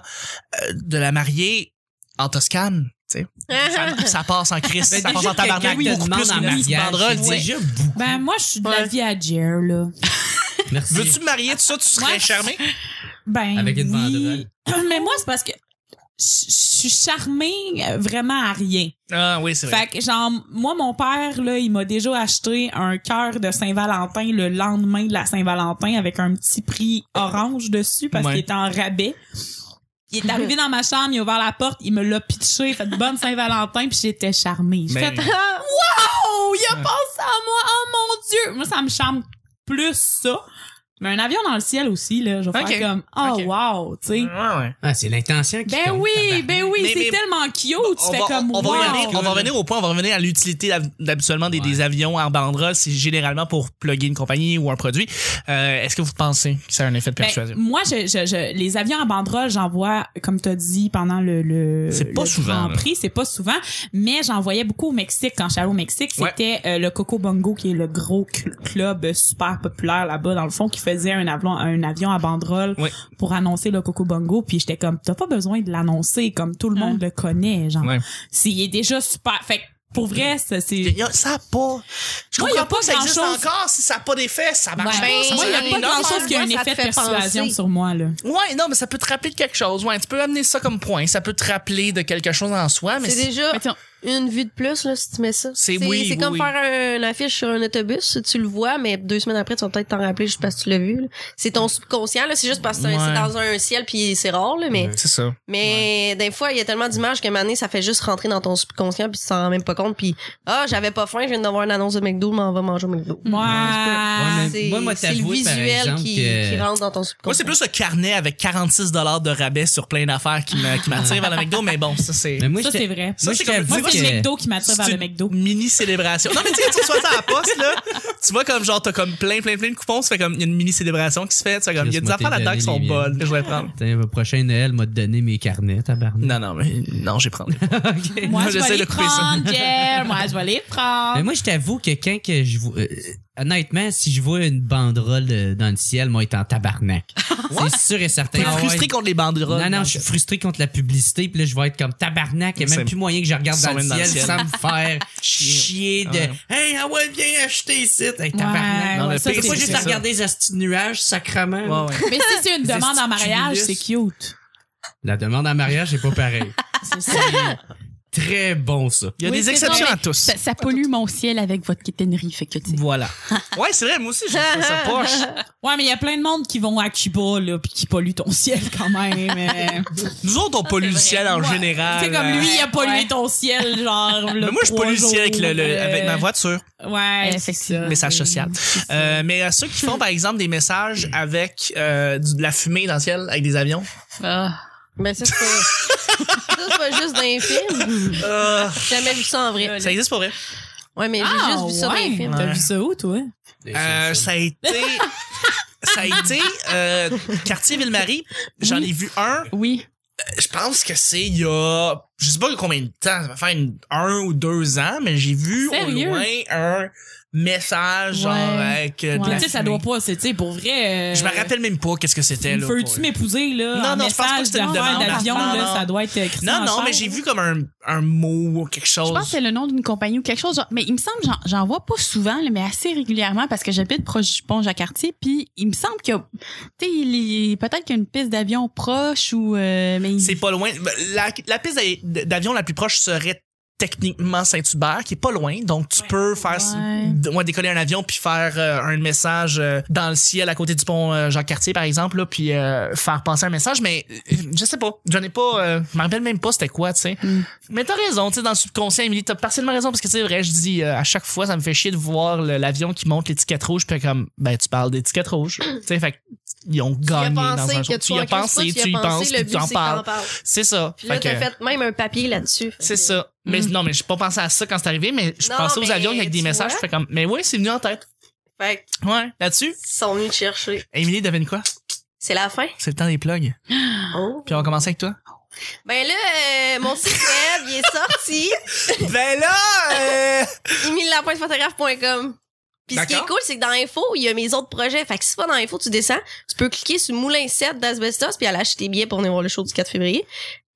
S2: euh, de la marier en Toscane. tu sais. Ça, ça passe en crise, ça passe en tabarnak.
S1: oui,
S2: beaucoup plus
S1: en
S2: qu'une petite
S1: mariage,
S2: banderole.
S1: c'est
S2: tu sais.
S1: déjà beaucoup.
S3: Ben, moi, je suis de la
S5: Ouais.
S3: vie à Jer, là.
S1: Merci.
S2: Veux-tu me marier de ça? Tu serais
S3: Ouais.
S2: charmé?
S3: Ben.
S1: Avec une
S3: oui. Mais moi, c'est parce que je je suis charmée euh, vraiment à rien.
S2: Ah oui, c'est vrai.
S3: Fait que, genre, moi, mon père, là, il m'a déjà acheté un cœur de Saint-Valentin le lendemain de la Saint-Valentin avec un petit prix orange dessus parce
S2: Ouais.
S3: qu'il était en rabais. Il est arrivé dans ma chambre, il a ouvert la porte, il me l'a pitché, il a fait bonne Saint-Valentin, puis j'étais charmée. J'ai
S2: Mais-
S3: fait
S5: Ah,
S2: Ah,
S3: Oh, il a pensé à moi, oh mon Dieu! Moi, ça me charme plus ça. Mais un avion dans le ciel aussi, là, je vais
S2: Ok.
S3: faire comme Oh,
S2: Ok.
S3: wow, tu sais.
S2: Ouais, ouais.
S1: Ah, c'est l'intention qui
S3: Ben
S1: compte,
S3: oui,
S1: tabarnak.
S3: ben oui,
S2: Mais- mais-
S3: c'est tellement cute, tu
S2: on,
S3: fais
S2: va,
S3: comme
S2: on, va
S3: wow.
S2: revenir- on va revenir au point, on va revenir à l'utilité d'hab- d'habituellement des,
S1: Ouais.
S2: des avions en banderole. C'est généralement pour plugger une compagnie ou un produit. Euh, Est-ce que vous pensez que ça a un effet de
S3: Ben,
S2: persuasion?
S3: moi, je, je, je- les avions à banderole, j'en vois, comme t'as dit, pendant le, le,
S2: C'est pas
S3: le
S2: souvent,
S3: Grand
S2: là.
S3: Prix, c'est pas souvent, mais j'en voyais beaucoup au Mexique. Quand j'allais au Mexique,
S2: Ouais.
S3: c'était euh, le Coco Bongo, qui est le gros cl- club super populaire là-bas, dans le fond, qui faisait un avion, un avion à banderole
S2: Ouais.
S3: pour annoncer le Coco Bongo. Puis j'étais comme, t'as pas besoin de l'annoncer, comme tout le
S5: Hein.
S4: Hum.
S3: monde le connaît, genre.
S2: Ouais.
S3: C'est, il est déjà super. Fait que pour vrai, ça, c'est...
S2: Il y a- ça a pas. Je
S3: Moi, il y
S2: comprends
S3: a
S2: pas
S3: pas
S2: que ça existe
S3: grand-chose.
S2: encore si ça a pas d'effet. Ça marche
S3: Ouais. Ben,
S2: pas. ça
S3: moi, il
S2: sonne
S3: y a pas
S2: énorme.
S3: grand-chose qui a un
S5: Ça te
S3: effet de
S5: fait
S3: persuasion
S5: penser.
S3: sur moi, là.
S2: Ouais, non, mais ça peut te rappeler de quelque chose. Ouais, tu peux amener ça comme point. Ça peut te rappeler de quelque chose en soi, mais
S5: C'est
S2: c'est.
S5: déjà
S4: Mais tiens,
S5: une vue de plus là, si tu mets ça.
S2: C'est- oui,
S5: C'est
S2: oui,
S5: comme
S2: oui.
S5: faire une affiche sur un autobus. Tu le vois, mais deux semaines après, tu vas peut-être t'en rappeler juste parce que tu l'as vu. là. C'est ton subconscient. là, C'est juste parce que c'est un-
S2: Ouais.
S5: c'est dans un ciel puis c'est rare. Là, mais
S1: Ouais.
S2: C'est ça.
S5: mais des fois, il y a tellement d'images qu'à un moment donné, ça fait juste rentrer dans ton subconscient puis tu t'en rends même pas compte. Puis ah, j'avais pas faim, je viens de voir une annonce de McDo, mais on va manger au McDo.
S3: Moi,
S1: Ouais, mais
S5: C'est
S1: moi, moi,
S5: c'est le
S1: t'avouer, par
S5: visuel
S1: exemple,
S5: qui,
S1: que-
S5: qui rentre dans ton
S2: Moi, c'est
S5: subconscient.
S2: plus le carnet avec 46 de rabais sur plein d'affaires qui me- qui m'attire vers le McDo, mais bon, ça, c'est.
S1: Mais moi,
S3: ça,
S1: j'étais-
S3: c'est vrai.
S1: moi,
S2: Ça,
S1: je
S2: c'est
S1: t'avoue
S2: comme-
S3: Moi,
S2: Moi,
S3: c'est
S1: que-
S3: le McDo qui m'attire vers
S2: C'est
S3: le
S2: une
S3: McDo.
S2: Mini célébration. Non, mais tu sais, tu reçois ça à la poste, là. Tu vois, comme genre, t'as comme plein, plein, plein de coupons. Ça fait comme, il y a une mini célébration qui se fait. Tu fais comme, il y a des
S1: Laisse-moi
S2: affaires là-dedans qui sont
S1: t'aider, les
S2: bonnes. Je vais prendre.
S1: Putain, le prochain Noël m'a donné mes carnets, tabarnak.
S2: Non, non, mais non, j'ai prendre.
S1: Ok.
S3: Moi,
S2: Moi,
S3: je
S2: j'essaie
S3: vais
S2: de
S3: les
S2: couper ça.
S3: prendre, Jer. Moi, je vais les prendre.
S1: Mais moi, je t'avoue que quand que je vois... euh, honnêtement, si je vois une banderole euh, dans le ciel, moi, être en tabarnak. c'est sûr et certain.
S2: T'es
S1: Ah ouais.
S2: frustré contre les banderoles.
S1: Non, non, je suis frustré contre la publicité, puis là, je vais être comme tabarnak. Il n'y a
S2: C'est-
S1: même plus moyen que je regarde
S2: Ils
S1: dans
S2: sont
S1: le,
S2: même dans le
S1: ciel
S2: ciel.
S1: sans me faire chier de
S2: Ouais.
S1: Hey, ah ouais, viens acheter ici. Hey, tabarnak.
S3: Ouais,
S2: Non,
S3: ouais,
S2: le
S3: ça,
S1: Des
S2: pire,
S3: c'est-
S1: fois,
S2: c'est
S1: juste
S2: ça.
S1: à regarder les astis de nuages, sacrement.
S2: Ouais, ouais.
S3: Mais si c'est une
S2: Des
S3: demande en mariage, c'est
S2: petits
S3: cute.
S1: La demande en mariage, c'est pas pareil.
S3: C'est ça.
S1: Très bon, ça.
S2: Il y a
S4: Oui,
S2: des
S4: c'est
S2: exceptions
S4: ça,
S2: à tous.
S4: ça, ça pollue mon ciel avec votre quétainerie, fait que tu sais.
S2: Voilà. Ouais, c'est vrai, moi aussi, je trouve ça poche.
S3: Ouais, mais il y a plein de monde qui vont à Cuba, là, pis qui polluent ton ciel quand même. euh.
S2: Nous autres, on pollue le ciel en
S3: Ouais.
S2: général.
S3: C'est comme lui, il a pollué
S4: Ah Ouais.
S3: ton ciel, genre.
S2: Mais moi, je pollue le ciel avec, le- le- avec ma voiture.
S3: euh, Ouais, c'est
S4: Effectivement.
S3: ça.
S2: Message social. Euh, mais à ceux qui font, par exemple, des messages avec euh, du- de la fumée dans le ciel, avec des avions.
S4: Ah.
S5: Mais Ben, ça, c'est pas... ça, c'est pas juste dans les films.
S2: Euh,
S5: J'ai jamais vu ça en vrai.
S2: ça existe pour vrai.
S5: Ouais, mais j'ai
S3: Ah,
S5: juste vu ça dans les
S3: ouais.
S5: films.
S3: T'as vu ça où, toi?
S2: Euh, ça a été. Ça a été euh, quartier Ville-Marie. J'en ai vu un.
S4: Oui.
S2: Je pense que c'est il y a je sais pas combien de temps, ça va faire une- un ou deux ans, mais j'ai vu
S3: Sérieux?
S2: au loin un message genre
S4: Ouais.
S2: avec euh, de
S3: Mais
S2: la
S3: tu sais, ça
S2: fumée.
S3: doit pas, c'est, tu sais, pour vrai. euh,
S2: Je me rappelle même pas qu'est-ce que c'était là. pour-
S3: Veux-tu m'épouser, là?
S2: Non,
S3: en
S2: non, je pense pas que
S3: message
S2: c'était une
S3: d'affaires
S2: demande.
S3: d'avion,
S2: Non,
S3: là,
S2: non.
S3: ça doit être écrit
S2: Non,
S3: en
S2: non,
S3: chair.
S2: mais j'ai vu comme un, un mot ou quelque chose.
S4: Je pense que c'est le nom d'une compagnie ou quelque chose. genre- Mais il me semble, j'en- j'en vois pas souvent, là, mais assez régulièrement parce que j'habite proche du pont Jacques-Cartier. Puis il me semble qu'il y a, tu sais, il est- peut-être qu'il y a une piste d'avion proche ou, euh, mais il-
S2: C'est pas loin. Ben, La, la piste d'a- d'avion la plus proche serait techniquement Saint-Hubert, qui est pas loin. Donc, tu peux faire
S4: Ouais.
S2: d- ouais, décoller un avion puis faire euh, un message euh, dans le ciel à côté du pont euh, Jacques-Cartier, par exemple, là, puis euh, faire passer un message. Mais euh, je sais pas. J'en ai pas... euh, je me rappelle même pas c'était quoi, tu sais.
S4: Mm.
S2: Mais t'as raison, tu sais, dans le subconscient, Émilie, t'as partiellement raison parce que c'est vrai, je dis, euh, à chaque fois, ça me fait chier de voir le- l'avion qui monte l'étiquette rouge puis comme, ben, tu parles d'étiquette rouge. tu sais, fait que ils ont
S5: Tu y
S2: gagné dans
S5: as pensé,
S2: un
S5: que
S2: jour.
S5: tu,
S2: Tu y as pensé, tu y penses,
S5: le
S2: puis
S5: but,
S2: tu en
S5: c'est que t'en
S2: parles.
S5: parles.
S2: C'est ça.
S5: Puis là,
S2: Fait
S5: t'as
S2: que-
S5: fait même un papier là-dessus. Fait
S2: C'est
S5: que-
S2: ça. Mais non, mais j'ai pas pensé à ça quand c'est arrivé, mais je
S5: Non,
S2: pensais aux
S5: mais
S2: avions avec des
S5: tu
S2: messages.
S5: vois.
S2: Je fais comme, mais oui, c'est venu en tête.
S5: Fait que,
S2: Ouais, là-dessus.
S5: ils sont venus te chercher.
S2: Émilie, devine quoi?
S5: C'est la fin.
S2: C'est le temps des plugs.
S5: Oh.
S2: Puis on va commencer avec toi.
S5: Ben là, euh, mon site web, il est sorti.
S2: ben là!
S5: emilelapointephotographe.com. Puis ce qui est
S2: D'accord.
S5: cool, c'est que dans Info, il y a mes autres projets. Fait que si tu vas dans Info, tu descends, tu peux cliquer sur Moulin 7 d'Asbestos puis aller acheter tes billets pour venir voir le show du 4 février.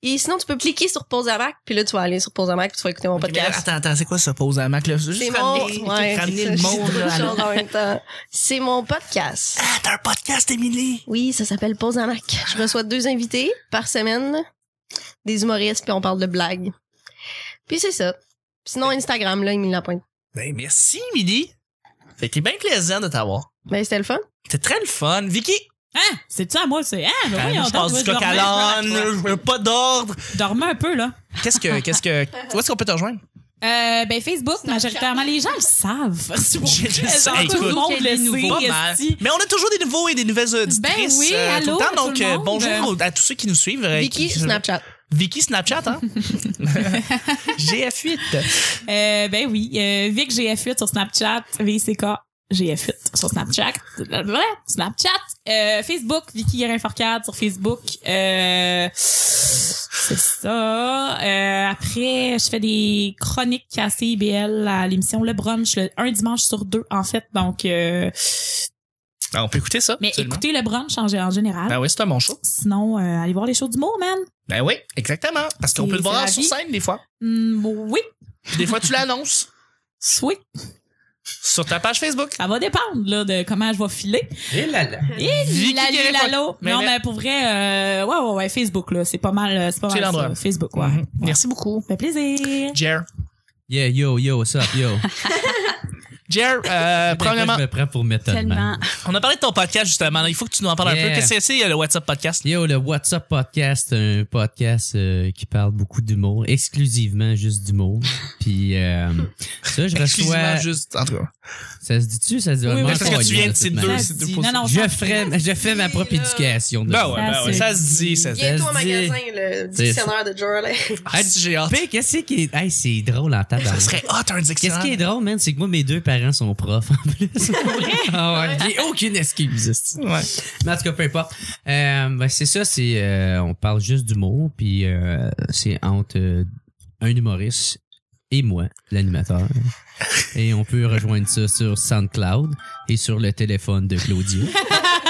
S5: Et sinon, tu peux cliquer sur Pause à Mac, puis là, tu vas aller sur Pause à Mac, puis tu vas écouter mon podcast.
S2: attends, attends, c'est quoi ça, pause à Mac? Là? Juste
S5: C'est
S2: ramener-
S5: mon, ouais,
S2: ramener
S5: c'est
S2: le
S5: ça, je
S2: monde.
S5: dis trop de
S2: là, à
S5: choses en même temps. C'est mon podcast.
S2: Ah, t'as un podcast, Émilie!
S5: Oui, ça s'appelle Pause à Mac. Je reçois deux invités par semaine, des humoristes, puis on parle de blagues. Puis c'est ça. Sinon, Instagram, là, Émilie Lapointe.
S2: Ben, merci, Émilie! Fait qu'il est bien plaisant de t'avoir.
S5: Ben, c'était le fun.
S2: C'était très le fun. Vicky!
S3: Hein? C'est-tu à moi? C'est. Hein? Ben
S2: Ah,
S3: voyons
S2: moi, je
S3: donc,
S2: passe
S3: toi,
S2: du coq à l'âne,
S3: dormais-
S2: je veux pas d'ordre.
S3: Dormais un peu, là.
S2: Qu'est-ce que, qu'est-ce que, où est-ce qu'on peut te rejoindre?
S3: Euh, ben, Facebook, majoritairement, les gens le savent. C'est pour
S2: Je- je
S3: vrai,
S2: sais,
S3: genre,
S2: écoute,
S3: tout le monde
S4: quel
S3: le
S4: nouveau
S3: sait,
S2: Pas mal.
S3: esti.
S2: Mais on a toujours des nouveaux et des nouvelles auditrices.
S3: Ben oui,
S2: euh, tout
S3: allô,
S2: le temps.
S3: à
S2: donc,
S3: tout le
S2: euh,
S3: monde.
S2: bonjour au- à tous ceux qui nous suivent. euh,
S5: Vicky,
S2: qui-
S5: Snapchat.
S2: Vicky Snapchat, hein? GF8.
S3: Euh, ben oui, euh, Vic GF8 sur Snapchat, VCK GF8 sur Snapchat, Blablabla, Snapchat, euh, Facebook, Vicky Guérin Forcade sur Facebook, euh, c'est ça. Euh, après, je fais des chroniques à CIBL à l'émission Le Brunch, le- un dimanche sur deux en fait, donc euh,
S2: Ah, on peut écouter ça.
S3: mais
S2: absolument.
S3: écoutez Le Brunch en, en général.
S2: Ben oui, c'est un bon show.
S3: Sinon, euh, allez voir les shows d'humour, man.
S2: Ben oui, exactement. Parce qu'on
S3: C'est-
S2: peut le
S3: c'est
S2: voir
S3: la
S2: sur
S3: vie.
S2: scène des fois.
S3: Hmm, oui,
S2: Puis Des fois, tu l'annonces
S3: oui,
S2: sur ta page Facebook.
S3: ça va dépendre là, de comment je vais filer.
S1: Et Eh là, là.
S2: Vicky
S3: Lali,
S2: Guérin-
S3: Lalo.
S2: Mais
S3: non,
S2: là-
S3: mais pour vrai, euh, ouais, ouais, ouais, Facebook, là, c'est pas mal, euh, c'est pas
S2: C'est
S3: mal.
S2: l'endroit.
S3: ça, Facebook, ouais.
S2: Mhm.
S3: Ouais.
S2: Merci beaucoup.
S3: Ça fait plaisir.
S2: Jer.
S1: Yeah, yo, yo, what's up, yo.
S2: Jer, euh, premièrement,
S1: Je me prends pour Method Man.
S4: tellement.
S2: on a parlé de ton podcast justement. Il faut que tu nous en parles un peu.
S1: Yeah.
S2: Qu'est-ce que c'est, le WhatsApp podcast?
S1: Yo, le WhatsApp podcast, un podcast euh, qui parle beaucoup d'humour, exclusivement juste d'humour. Puis euh, ça, je
S2: Exclusivement
S1: reçois.
S2: juste. En tout cas.
S1: Ça se dit-tu, ça se dit
S3: Oui, oui,
S1: Moi,
S2: Parce que
S1: je
S2: tu viens de
S1: de
S2: ces
S1: toute
S2: deux,
S1: manière.
S2: ces deux
S3: Dit,
S2: positions.
S3: non, non,
S1: Je
S3: ça-
S1: ferai, je fais ma propre
S5: Là.
S1: éducation. De
S2: Ben
S1: ça.
S2: ouais, ben
S3: se
S2: ouais,
S3: dit.
S2: ça se dit, ça se dit.
S5: Bientôt
S1: Ça
S5: au
S1: se dit.
S5: magasin, le
S1: C'est-
S5: dictionnaire de Joel.
S2: Ah, si j'ai hâte.
S1: Pis qu'est-ce qui est. Hey, c'est drôle en tabarnak.
S2: Ça serait hot un dictionnaire.
S1: Qu'est-ce qui est drôle, man, c'est que moi, mes deux parents sont profs en plus. ah ouais, j'ai aucune excuse. esti.
S2: Ouais.
S1: Mais en tout cas, peu importe. Euh, ben, c'est ça, c'est euh, on parle juste d'humour, puis euh, c'est entre euh, un humoriste et moi, l'animateur. Et on peut rejoindre ça sur SoundCloud et sur le téléphone de Claudio.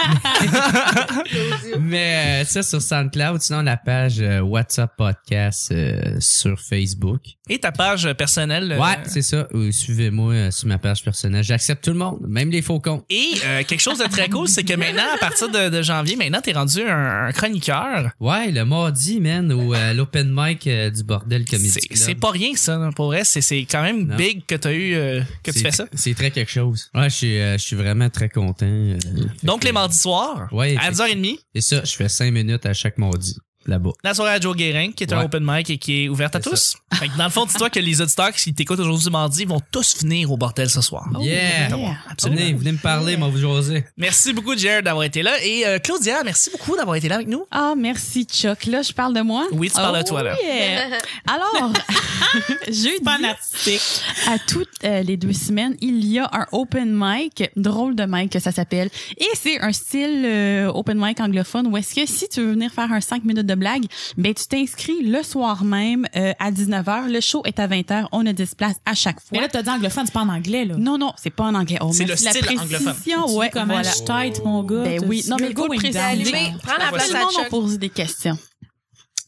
S1: Mais euh, ça sur SoundCloud, sinon la page euh, WhatsApp Podcast euh, sur Facebook.
S2: Et ta page euh, personnelle. euh,
S1: Ouais, c'est ça. Euh, Suivez-moi euh, sur ma page personnelle. J'accepte tout le monde, même les faucons.
S2: Et euh, quelque chose de très cool, c'est que maintenant, à partir de, de janvier, maintenant, t'es rendu un, un chroniqueur.
S1: Ouais, le mardi, man, au euh, l'open mic euh, du bordel Comedy
S2: C'est
S1: Club.
S2: c'est pas rien, ça, là, pour vrai. C'est- C'est quand même
S1: Non.
S2: big que t'as eu, euh, que tu
S1: C'est-
S2: fais ça.
S1: C'est très quelque chose. Ouais, je suis, euh, je suis vraiment très content. euh, fait
S2: Donc,
S1: que-
S2: les mardis soirs,
S1: Ouais,
S2: à
S1: fait-
S2: 10h30,
S1: C'est ça, je fais cinq minutes à chaque mardi, là-bas.
S2: la soirée à Joe Guérin, qui est un
S1: Ouais.
S2: open mic et qui est ouverte à
S1: C'est
S2: tous. Fait que dans le fond, dis-toi que les auditeurs qui t'écoutent aujourd'hui mardi vont tous venir au bordel ce soir.
S1: Oh, yeah!
S4: yeah.
S2: Absolument.
S1: Venez, venez me parler, moi, vous jaser.
S2: Merci beaucoup, Jared, d'avoir été là. Et euh, Claudia, merci beaucoup d'avoir été là avec nous.
S4: Ah, merci, Chuck. Là, je parle de moi. Oh,
S2: Oui, tu parles de toi, là.
S4: yeah. Alors, jeudi,
S3: Pas narcissique.
S4: à toutes euh, les deux semaines, il y a un open mic, drôle de mic que ça s'appelle. Et c'est un style euh, open mic anglophone où est-ce que si tu veux venir faire un 5 minutes de de blague, ben tu t'inscris le soir même euh, à 19h. Le show est à 20h. On a 10 places à chaque
S3: Mais
S4: fois.
S3: là, t'as dit anglophone, c'est pas en anglais, là.
S4: Non, non, c'est pas en anglais. Oh,
S2: C'est
S4: merci
S2: le
S4: la
S2: style
S4: précision.
S2: anglophone.
S4: Ouais,
S3: comment
S4: voilà.
S3: je tête, mon gars.
S4: Ben
S3: T'as-
S4: oui. Non, mais
S3: you're
S4: go
S3: going
S4: précis.
S5: C'est
S3: down.
S5: allumé. Prends la
S2: Tout
S5: place
S4: Tout le
S5: à
S4: monde
S5: Chuck.
S4: a posé des questions.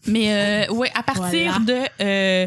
S4: Mais euh, ouais, à partir de euh,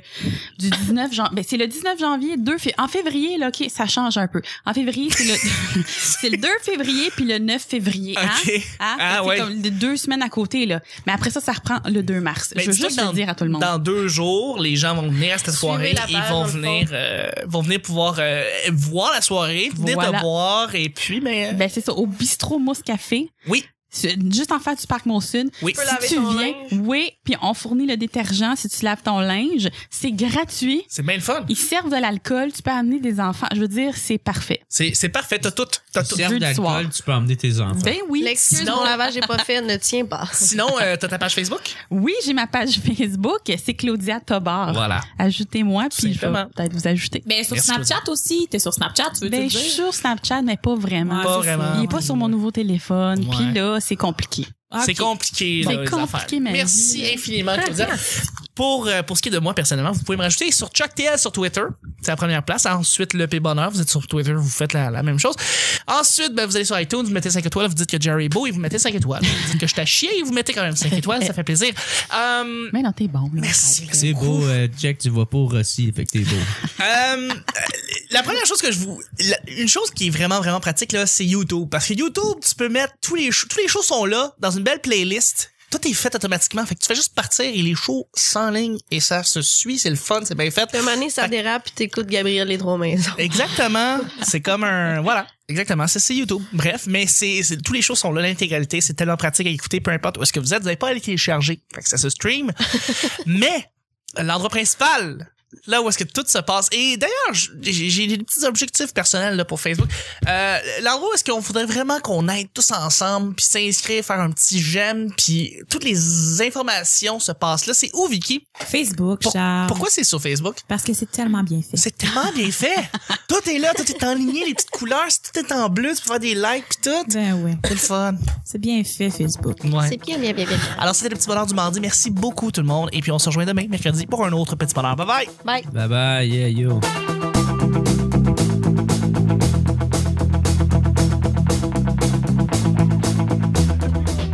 S4: du 19 janvier, ben c'est le 19 janvier, 2 février. En février, là, ok, ça change un peu. En février, c'est le c'est le 2 février puis le 9 février. hein?
S2: OK.
S4: Hein?
S2: Ah,
S4: Fait que
S2: ouais.
S4: C'est comme des deux semaines à côté là. Mais après ça, ça reprend le 2 mars.
S2: Mais
S4: Je
S2: Ben,
S4: veux
S2: dis-toi
S4: juste
S2: que
S4: le
S2: dans-
S4: dire à tout le monde.
S2: Dans deux jours, les gens vont venir à cette
S5: Suivez
S2: soirée
S5: la
S2: et
S5: page,
S2: vont
S5: dans le
S2: venir, euh, vont venir pouvoir euh, voir la soirée, venir
S4: Voilà.
S2: te voir et puis ben, euh,
S4: Ben c'est ça, au bistrot Mousse Café.
S2: oui,
S4: C'est Juste en face du parc Mont Sud.
S2: oui.
S5: peux laver
S4: Si tu
S5: ton
S4: viens,
S5: linge.
S4: oui, puis on fournit le détergent si tu laves ton linge. C'est gratuit.
S2: C'est bien le fun.
S4: Ils servent de l'alcool, tu peux amener des enfants. Je veux dire, c'est parfait.
S2: C'est c'est parfait, t'as tout, t'as tout.
S4: Deux
S1: Serve
S4: du soir.
S1: d'alcool, tu peux emmener tes enfants.
S4: Ben oui.
S5: L'excuse,
S2: Sinon-
S5: mon lavage n'est pas fait, ne tient pas.
S2: Sinon, euh, t'as ta page Facebook?
S4: Oui, j'ai ma page Facebook, c'est Claudia Tobar.
S2: Voilà.
S4: Ajoutez-moi,
S2: Tout
S4: puis je vais
S2: simplement.
S4: peut-être vous ajouter.
S3: Ben, sur
S2: Merci,
S3: Snapchat aussi. T'es sur Snapchat, tu veux
S4: Ben,
S3: te
S4: je
S3: dire?
S4: suis sur Snapchat, mais pas vraiment.
S3: Ouais,
S2: Pas
S3: Ah, c'est ça.
S2: vraiment.
S4: Il est pas sur mon nouveau téléphone,
S2: Ouais.
S4: puis là, c'est compliqué.
S3: Ah,
S2: C'est
S3: ok.
S2: compliqué.
S4: C'est
S2: là, les
S4: compliqué,
S2: affaires.
S4: ma vie.
S2: Merci infiniment, Claudia. Pour, euh, pour ce qui est de moi, personnellement, vous pouvez me rajouter sur Chuck TL sur Twitter. C'est la première place. Ensuite, le P Bonheur. Vous êtes sur Twitter, vous faites la, la même chose. Ensuite, ben, vous allez sur iTunes, vous mettez 5 étoiles, vous dites que Jerry est beau et vous mettez 5 étoiles. Vous dites que je t'ai chier et vous mettez quand même 5 étoiles, ça fait plaisir. Euh,
S4: Mais non, t'es bon. là.
S2: merci.
S1: C'est beau, euh, Jack, tu vas pas au Rossi, fait que t'es beau.
S2: Euh, la première chose que je vous, la- une chose qui est vraiment vraiment pratique là, c'est YouTube parce que YouTube, tu peux mettre tous les shows- tous les shows sont là dans une belle playlist. Tout est fait automatiquement, fait que tu fais juste partir et les shows s'enlignent et ça se suit, c'est le fun, c'est bien fait.
S5: Puis, un moment donné, ça dérape, puis t'écoutes Gabriel Les Trois Maisons.
S2: Exactement, c'est comme un voilà, exactement, c'est c'est YouTube. Bref, mais c'est c'est- tous les shows sont là l'intégralité, c'est tellement pratique à écouter peu importe où est-ce que vous êtes, vous n'avez pas à les télécharger. Fait que ça se stream. mais l'endroit principal Là où est-ce que tout se passe. Et d'ailleurs, j- j'ai j'ai des petits objectifs personnels là, pour Facebook. Euh, l'endroit où est-ce qu'on voudrait vraiment qu'on aide tous ensemble, puis s'inscrire, faire un petit j'aime, puis toutes les informations se passent là. C'est où, Vicky?
S3: Facebook,
S2: Pour-
S3: Charles.
S2: Pourquoi c'est sur Facebook?
S3: Parce que c'est tellement bien fait.
S2: C'est tellement bien fait. tout est là, tout est enligné, les petites couleurs, c'est- tout est en bleu, tu peux faire des likes pis tout.
S3: Ben ouais.
S2: C'est le fun.
S3: C'est bien fait, Facebook.
S5: C'est bien, bien, bien, bien.
S2: Alors, c'était le petit bonheur du mardi. Merci beaucoup tout le monde. Et puis, on se rejoint demain, mercredi, pour un autre petit bonheur. Bye bye.
S5: Bye.
S1: Bye bye, yeah, yo.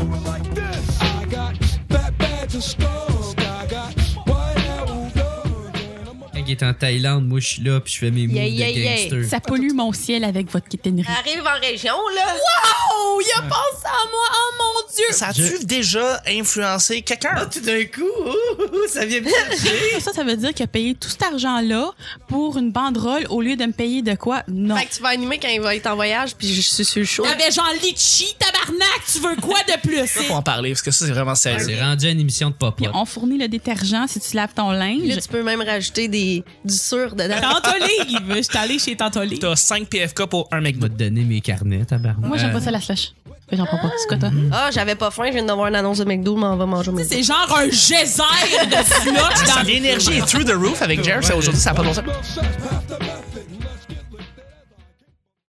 S6: I got bad bags of stones. I got white out
S1: Quand il est en Thaïlande, moi je suis là, puis je fais mes moves
S5: Yeah, yeah,
S1: de
S5: yeah.
S1: gangster.
S4: Ça pollue mon ciel avec votre quittenerie.
S5: Arrive en région, là.
S3: Oh, il a pensé à moi. Oh mon Dieu.
S2: Ça a-tu déjà influencé quelqu'un?
S1: Ah, Tout d'un coup, ça vient bien.
S4: Ça, ça veut dire qu'il a payé tout cet argent-là pour une banderole au lieu de me payer de quoi? Non.
S5: Fait que tu vas animer quand il va être en voyage, puis je suis sur le show.
S3: T'avais Ah, ben, genre litchi, tabarnak. Tu veux quoi de plus?
S2: Faut en parler, parce que ça, c'est vraiment sérieux.
S1: C'est rendu à une émission de pop
S4: Puis on fournit le détergent si tu laves ton linge.
S5: Là, tu peux même rajouter des, du sur dedans.
S3: Tantolive. Je suis allée chez Tantolive.
S2: T'as 5 PFK pour un mec.
S1: Je vais te donner mes carnets, tabarnak.
S4: Moi, j'aime pas ça, la slush. Mais J'en prends pas. C'est quoi, toi?
S5: Ah, j'avais pas faim, je viens de voir une annonce de McDo, mais on va manger au McDo.
S3: C'est genre un geyser de flotte dans
S2: L'énergie est through the roof avec Jerry, ça aujourd'hui, ça n'a pas de bon sens.
S6: of no sense. Half the